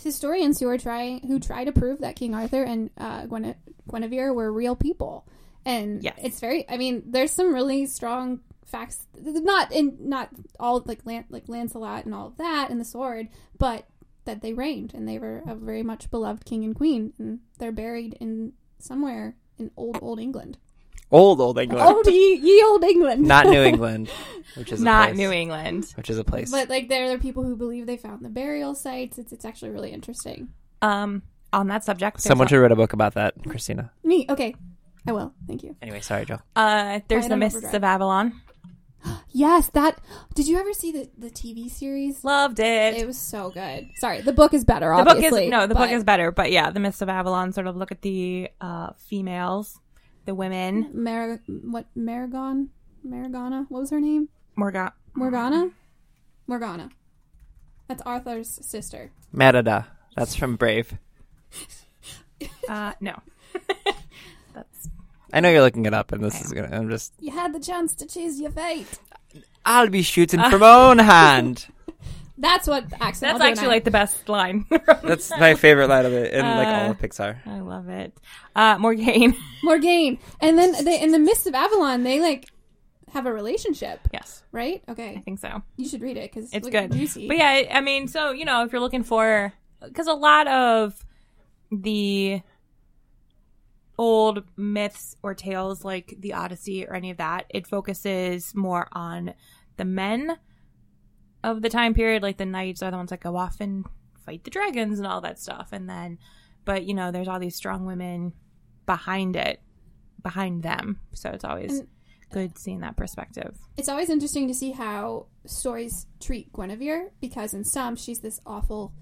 Speaker 3: historians who are trying who try to prove that King Arthur and uh, Gwene- Guinevere were real people, and
Speaker 1: Yes.
Speaker 3: it's very. I mean, there's some really strong facts. Not in not all like Lan- like Lancelot and all of that and the sword, but that they reigned and they were a very much beloved king and queen, and they're buried in somewhere in old old England.
Speaker 2: Old old England.
Speaker 3: Old ye, ye old England.
Speaker 2: not New England, which is a
Speaker 1: Not
Speaker 2: place,
Speaker 1: New England.
Speaker 2: which is a place.
Speaker 3: But like there are people who believe they found the burial sites. It's it's actually really interesting.
Speaker 1: Um, on that subject, there's
Speaker 2: Someone
Speaker 1: a-
Speaker 2: should have read a book about that, Christina.
Speaker 3: Me, okay. I will. Thank you.
Speaker 2: Anyway, sorry, Joe.
Speaker 1: uh, there's
Speaker 3: Quiet
Speaker 1: the
Speaker 3: on
Speaker 1: Mists
Speaker 3: Overdrive.
Speaker 1: of Avalon.
Speaker 3: Yes, that Did you ever see the the TV series?
Speaker 1: Loved it.
Speaker 3: It was so good. Sorry, the book is better,
Speaker 1: the book
Speaker 3: obviously.
Speaker 1: is no, the
Speaker 3: but
Speaker 1: book is better, but yeah, the Mists of Avalon sort of look at the uh, females, the women,
Speaker 3: Mar- what Maragon? Maragona? What was her name?
Speaker 1: Morgan.
Speaker 3: Morgana? Morgana. That's Arthur's sister.
Speaker 2: Merida. That's from Brave.
Speaker 1: Uh, no,
Speaker 2: I know you're looking it up, and this is gonna. I'm just.
Speaker 3: You had the chance to choose your fate.
Speaker 2: I'll be shooting
Speaker 1: Uh.
Speaker 2: from
Speaker 1: (laughs)
Speaker 2: own hand.
Speaker 3: That's what accent.
Speaker 1: That's actually like the best line. (laughs) from-
Speaker 2: That's my favorite line of it in like all
Speaker 1: Uh,
Speaker 2: of Pixar.
Speaker 1: I love it. Uh, Morgaine.
Speaker 3: Morgaine, and then they in the midst of Avalon, they like have a relationship,
Speaker 1: Yes,
Speaker 3: right?
Speaker 1: I
Speaker 3: Okay,
Speaker 1: think so.
Speaker 3: you should read it because
Speaker 1: It's good.
Speaker 3: juicy.
Speaker 1: But yeah, I- I mean, so, you know, if you're looking for, because a lot of the old myths or tales like the Odyssey or any of that, it focuses more on the men of the time period. Like the knights are the ones that go off and fight the dragons and all that stuff. And then, but, you know, there's all these strong women behind it, behind them. So it's always
Speaker 3: And-
Speaker 1: good seeing that perspective.
Speaker 3: It's always interesting to see how stories treat Guinevere because in some she's this awful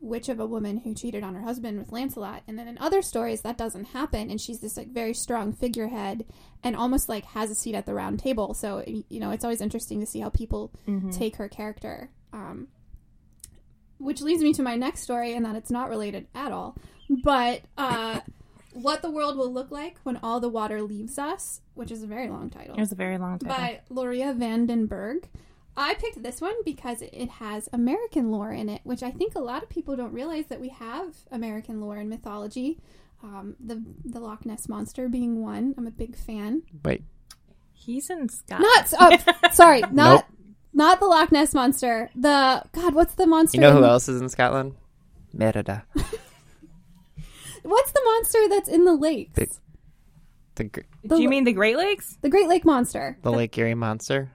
Speaker 3: witch of a woman who cheated on her husband with Lancelot, and then in other stories that doesn't happen, and she's this like very strong figurehead and almost like has a seat at the round table. So you know it's always interesting to see how people take her character. Um, which leads me to my next story, and that it's not related at all, but uh, what the world will look like when all the water leaves us, which is a very long title
Speaker 1: It was a very long time.
Speaker 3: by Loria Vandenberg. I picked this one because it has American lore in it, which I think a lot of people don't realize that we have American lore and mythology. Um, the the Loch Ness monster being one. I'm a big fan.
Speaker 2: Wait,
Speaker 1: He's in Scotland.
Speaker 3: Not
Speaker 2: (laughs)
Speaker 3: oh, sorry, not not the Loch Ness monster. The God, what's the monster?
Speaker 2: you know who
Speaker 1: Um.
Speaker 3: in-
Speaker 2: else is in Scotland? Merida,
Speaker 3: What's the monster that's in the lakes?
Speaker 2: Big- the gr-
Speaker 3: The
Speaker 1: Do you
Speaker 3: la-
Speaker 1: mean the Great Lakes?
Speaker 3: the Great Lake Monster?
Speaker 2: the Lake Erie monster.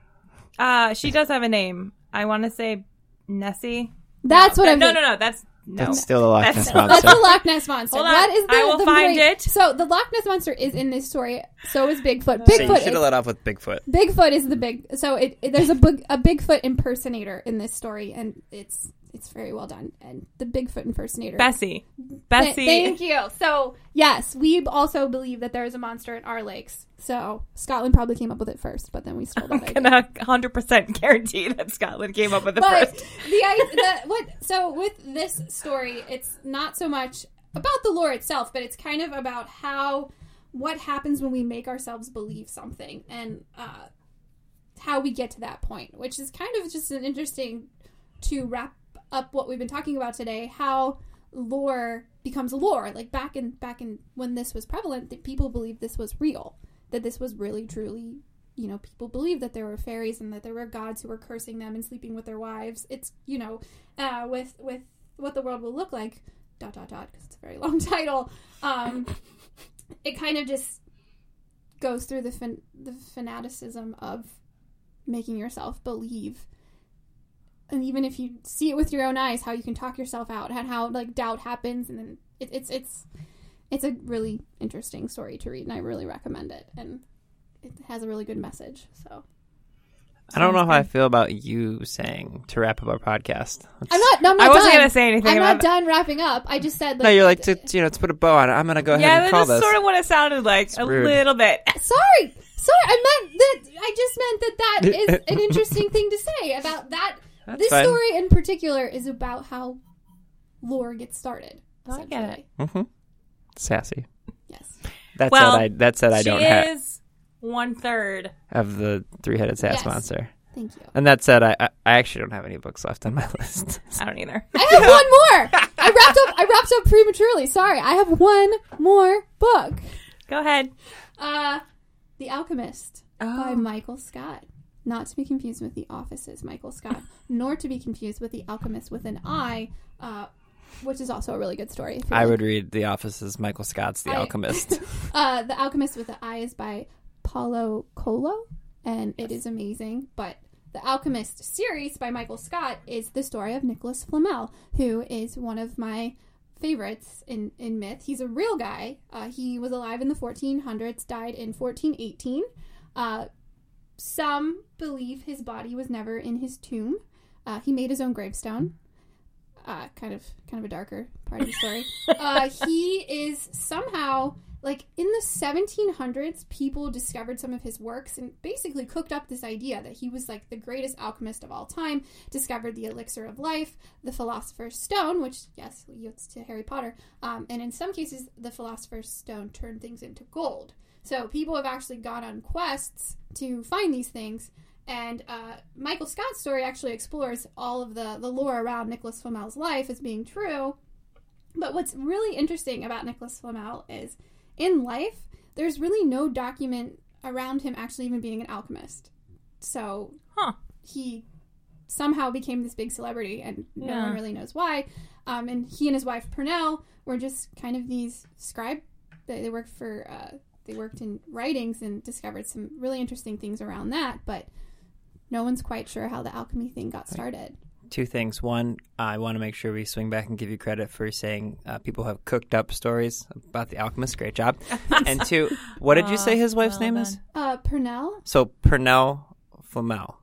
Speaker 1: Uh, she does have a name. I want to say Nessie.
Speaker 3: That's what
Speaker 1: no,
Speaker 3: I'm.
Speaker 1: no,
Speaker 3: thinking.
Speaker 1: no, no. That's no.
Speaker 2: That's still the Loch
Speaker 1: That's-
Speaker 2: Ness
Speaker 3: That's
Speaker 2: monster.
Speaker 3: the Loch Ness monster.
Speaker 1: Hold on.
Speaker 3: That is the,
Speaker 1: I will
Speaker 3: the
Speaker 1: find
Speaker 3: great-
Speaker 1: it.
Speaker 3: So the Loch Ness monster is in this story. So is Bigfoot.
Speaker 2: So you
Speaker 3: Bigfoot.
Speaker 2: should have
Speaker 3: is,
Speaker 2: let off with Bigfoot.
Speaker 3: Bigfoot is the big. So it, it- there's a big, a Bigfoot impersonator in this story, and it's it's very well done. And the Bigfoot impersonator.
Speaker 1: Bessie.
Speaker 3: Th-
Speaker 1: Bessie.
Speaker 3: thank you. So yes, we also believe that there is a monster in our lakes. So Scotland probably came up with it first, but then we stole that
Speaker 1: (laughs)
Speaker 3: idea.
Speaker 1: Can I 100% guarantee that Scotland came up with the
Speaker 3: but
Speaker 1: first.
Speaker 3: the, i- the what so with this story it's not so much about the lore itself but it's kind of about how what happens when we make ourselves believe something and uh, how we get to that point which is kind of just an interesting to wrap up what we've been talking about today how lore becomes lore like back in back in when this was prevalent that people believed this was real that this was really truly you know people believed that there were fairies and that there were gods who were cursing them and sleeping with their wives it's you know uh, with with what the world will look like dot dot dot because it's a very (laughs) long title um it kind of just goes through the fan- the fanaticism of making yourself believe and even if you see it with your own eyes how you can talk yourself out and how like doubt happens and then it, it's it's it's a really interesting story to read and i really recommend it and it has a really good message so
Speaker 2: I don't know how I feel about you saying to wrap up our podcast.
Speaker 3: i'm not i'm not
Speaker 1: I wasn't
Speaker 3: done.
Speaker 1: going to say anything
Speaker 3: i'm
Speaker 1: about
Speaker 3: not done wrapping up i just said like
Speaker 2: No, you're like to you know to put a bow on it. I'm gonna go
Speaker 1: it.
Speaker 2: ahead
Speaker 1: Yeah,
Speaker 2: and
Speaker 1: that's
Speaker 2: call this.
Speaker 1: sort of what it sounded like. a
Speaker 2: rude.
Speaker 1: little bit.
Speaker 3: sorry sorry i meant that i just meant that that is an interesting thing to say about that
Speaker 2: That's
Speaker 3: this
Speaker 2: fine.
Speaker 3: story in particular is about how lore gets started
Speaker 1: Oh, I get it.
Speaker 3: essentially.
Speaker 2: Mhm. Sassy.
Speaker 3: yes
Speaker 2: That's
Speaker 1: Well,
Speaker 2: that I that said I
Speaker 1: she
Speaker 2: don't have
Speaker 1: is one third.
Speaker 2: of the three headed sass
Speaker 3: Yes.
Speaker 2: monster.
Speaker 1: (laughs)
Speaker 3: thank you
Speaker 2: And that said, I, I I actually don't have any books left on my (laughs) list.
Speaker 1: I don't either.
Speaker 3: I have one more. I wrapped up. I wrapped up prematurely. Sorry. I have one more book.
Speaker 1: Go ahead.
Speaker 3: Uh, The Alchemist by
Speaker 1: Oh.
Speaker 3: Michael Scott. Not to be confused with The Office's Michael Scott, nor to be confused with The Alchemist with an I, uh, which is also a really good story. if you're
Speaker 2: I would read The Office's Michael Scott's The
Speaker 3: I-
Speaker 1: (laughs)
Speaker 2: Alchemist.
Speaker 3: Uh, the Alchemist with the I is by Paulo Coelho, and it is amazing. But the Alchemist series by Michael Scott is the story of Nicholas Flamel, who is one of my favorites in, in myth. He's a real guy. Uh, he was alive in the 1400s, died in 1418. Uh, some believe his body was never in his tomb. Uh, he made his own gravestone. Uh, kind of, kind of a darker part of the story. uh, he is somehow like in the 1700s, people discovered some of his works and basically cooked up this idea that he was like the greatest alchemist of all time. Discovered the elixir of life, the philosopher's stone, which yes leads to Harry Potter, um, and in some cases, the philosopher's stone turned things into gold. So people have actually gone on quests to find these things, And uh, Michael Scott's story actually explores all of the, the lore around Nicholas Flamel's life as being true. But what's really interesting about Nicholas Flamel is in life, there's really no document around him actually even being an alchemist. So
Speaker 1: Huh.
Speaker 3: he somehow became this big celebrity, and no
Speaker 1: Yeah.
Speaker 3: one really knows why. Um, and he and his wife Purnell were just kind of these scribe. They, they worked for uh, they worked in writings and discovered some really interesting things around that, but no one's quite sure how the alchemy thing got started.
Speaker 2: Two things. One, I want to make sure we swing back and give you credit for saying uh, people have cooked up stories about the alchemist.
Speaker 1: (laughs)
Speaker 2: Great job. and two, what did you say his wife's
Speaker 1: well
Speaker 2: name
Speaker 1: done.
Speaker 2: is?
Speaker 3: Uh, Purnell,
Speaker 2: So Purnell Flamel.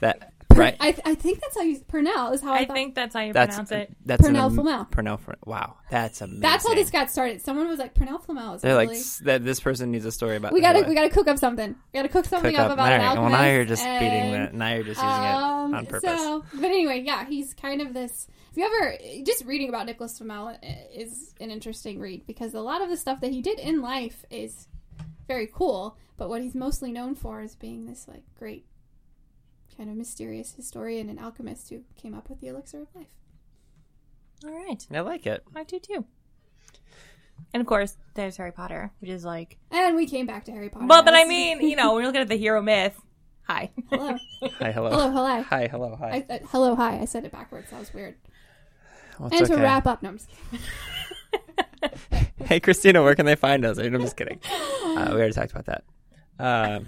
Speaker 2: That right?
Speaker 3: I, th- I think that's how you Purnell is how I,
Speaker 1: I
Speaker 3: thought-
Speaker 1: think that's how you
Speaker 2: That's
Speaker 1: pronounce it.
Speaker 2: that's an
Speaker 3: Purnell
Speaker 2: am-
Speaker 3: Flamel.
Speaker 2: Purnell Fr- Wow, that's amazing.
Speaker 3: that's how this got started. Someone was like Purnell Flamel is
Speaker 2: They're like
Speaker 3: really-
Speaker 2: "S- that. This person needs a story about.
Speaker 3: we
Speaker 2: their
Speaker 3: gotta
Speaker 2: life."
Speaker 3: we gotta cook up something. We gotta cook something
Speaker 2: Cook
Speaker 3: up,
Speaker 2: up.
Speaker 3: about
Speaker 2: All
Speaker 3: an
Speaker 2: right. Well,
Speaker 3: alchemist.
Speaker 2: now you're just beating
Speaker 3: and-
Speaker 2: that. Now you're just using
Speaker 3: Um,
Speaker 2: it on purpose.
Speaker 3: So, but anyway, yeah, he's kind of this. If you ever just reading about Nicholas Flamel uh, is an interesting read because a lot of the stuff that he did in life is very cool, but what he's mostly known for is being this like great kind of mysterious historian and alchemist who came up with the elixir of life.
Speaker 1: All right.
Speaker 2: I like it.
Speaker 1: I do too. And of course, there's Harry Potter, which is like.
Speaker 3: And we came back to Harry Potter.
Speaker 1: Well, but I
Speaker 3: Yes.
Speaker 1: mean, you know, when you look at the hero myth, hi.
Speaker 3: (laughs)
Speaker 1: (laughs)
Speaker 3: hello,
Speaker 2: Hi, hello.
Speaker 3: hello,
Speaker 2: (laughs)
Speaker 3: hello.
Speaker 2: Hi, hello, hi.
Speaker 3: I, I, hello, hi. I said it backwards. That was weird.
Speaker 2: Well, it's
Speaker 3: And to
Speaker 2: okay.
Speaker 3: wrap up, no, I'm just kidding.
Speaker 2: Hey, Christina, where can they find us? I'm just kidding. Uh, we already talked about that. Um,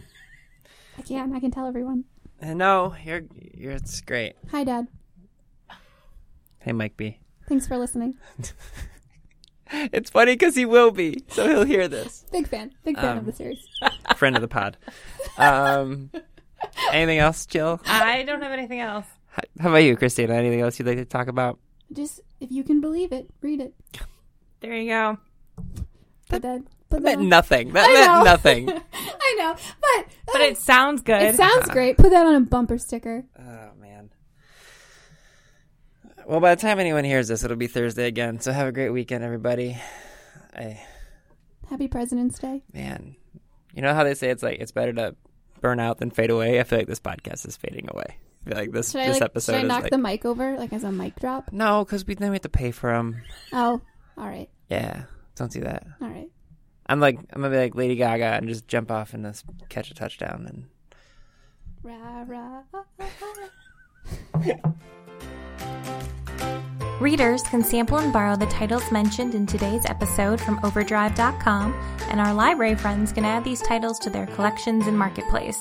Speaker 3: I can. I can tell everyone.
Speaker 2: and no, you're, you're. It's great.
Speaker 3: Hi, Dad.
Speaker 2: Hey, Mike B.
Speaker 3: Thanks for listening.
Speaker 2: It's funny because he will be, so he'll hear this.
Speaker 3: Big fan. Big
Speaker 2: Um,
Speaker 3: fan of the series.
Speaker 2: Friend of the pod. Um, anything else, Jill?
Speaker 1: I don't have anything else.
Speaker 2: Hi- How about you, Christina? Anything else you'd like to talk about?
Speaker 3: Just if you can believe it, read it.
Speaker 1: There you go.
Speaker 3: But then, but
Speaker 2: Meant
Speaker 3: then,
Speaker 2: nothing. That
Speaker 3: I know.
Speaker 2: meant nothing.
Speaker 3: I know, but uh,
Speaker 1: But it sounds good.
Speaker 3: it sounds great. Put that on a bumper sticker.
Speaker 2: Oh man. Well, by the time anyone hears this, it'll be Thursday again. So have a great weekend, everybody. I
Speaker 3: Happy President's Day.
Speaker 2: man, you know how they say it's like it's better to burn out than fade away. I feel like this podcast is fading away. I feel like this
Speaker 3: Should I
Speaker 2: this
Speaker 3: like?
Speaker 2: episode
Speaker 3: should I
Speaker 2: is
Speaker 3: knock
Speaker 2: like
Speaker 3: the mic over like as a mic drop?
Speaker 2: no, because we then we have to pay for them.
Speaker 3: Oh, all right,
Speaker 2: Yeah, don't do that.
Speaker 3: all right.
Speaker 2: I'm like I'm gonna be like Lady Gaga and just jump off and just catch a touchdown and.
Speaker 3: Rah, rah, ah, ah, ah.
Speaker 1: Readers can sample and borrow the titles mentioned in today's episode from overdrive.com, and our library friends can add these titles to their collections and marketplace.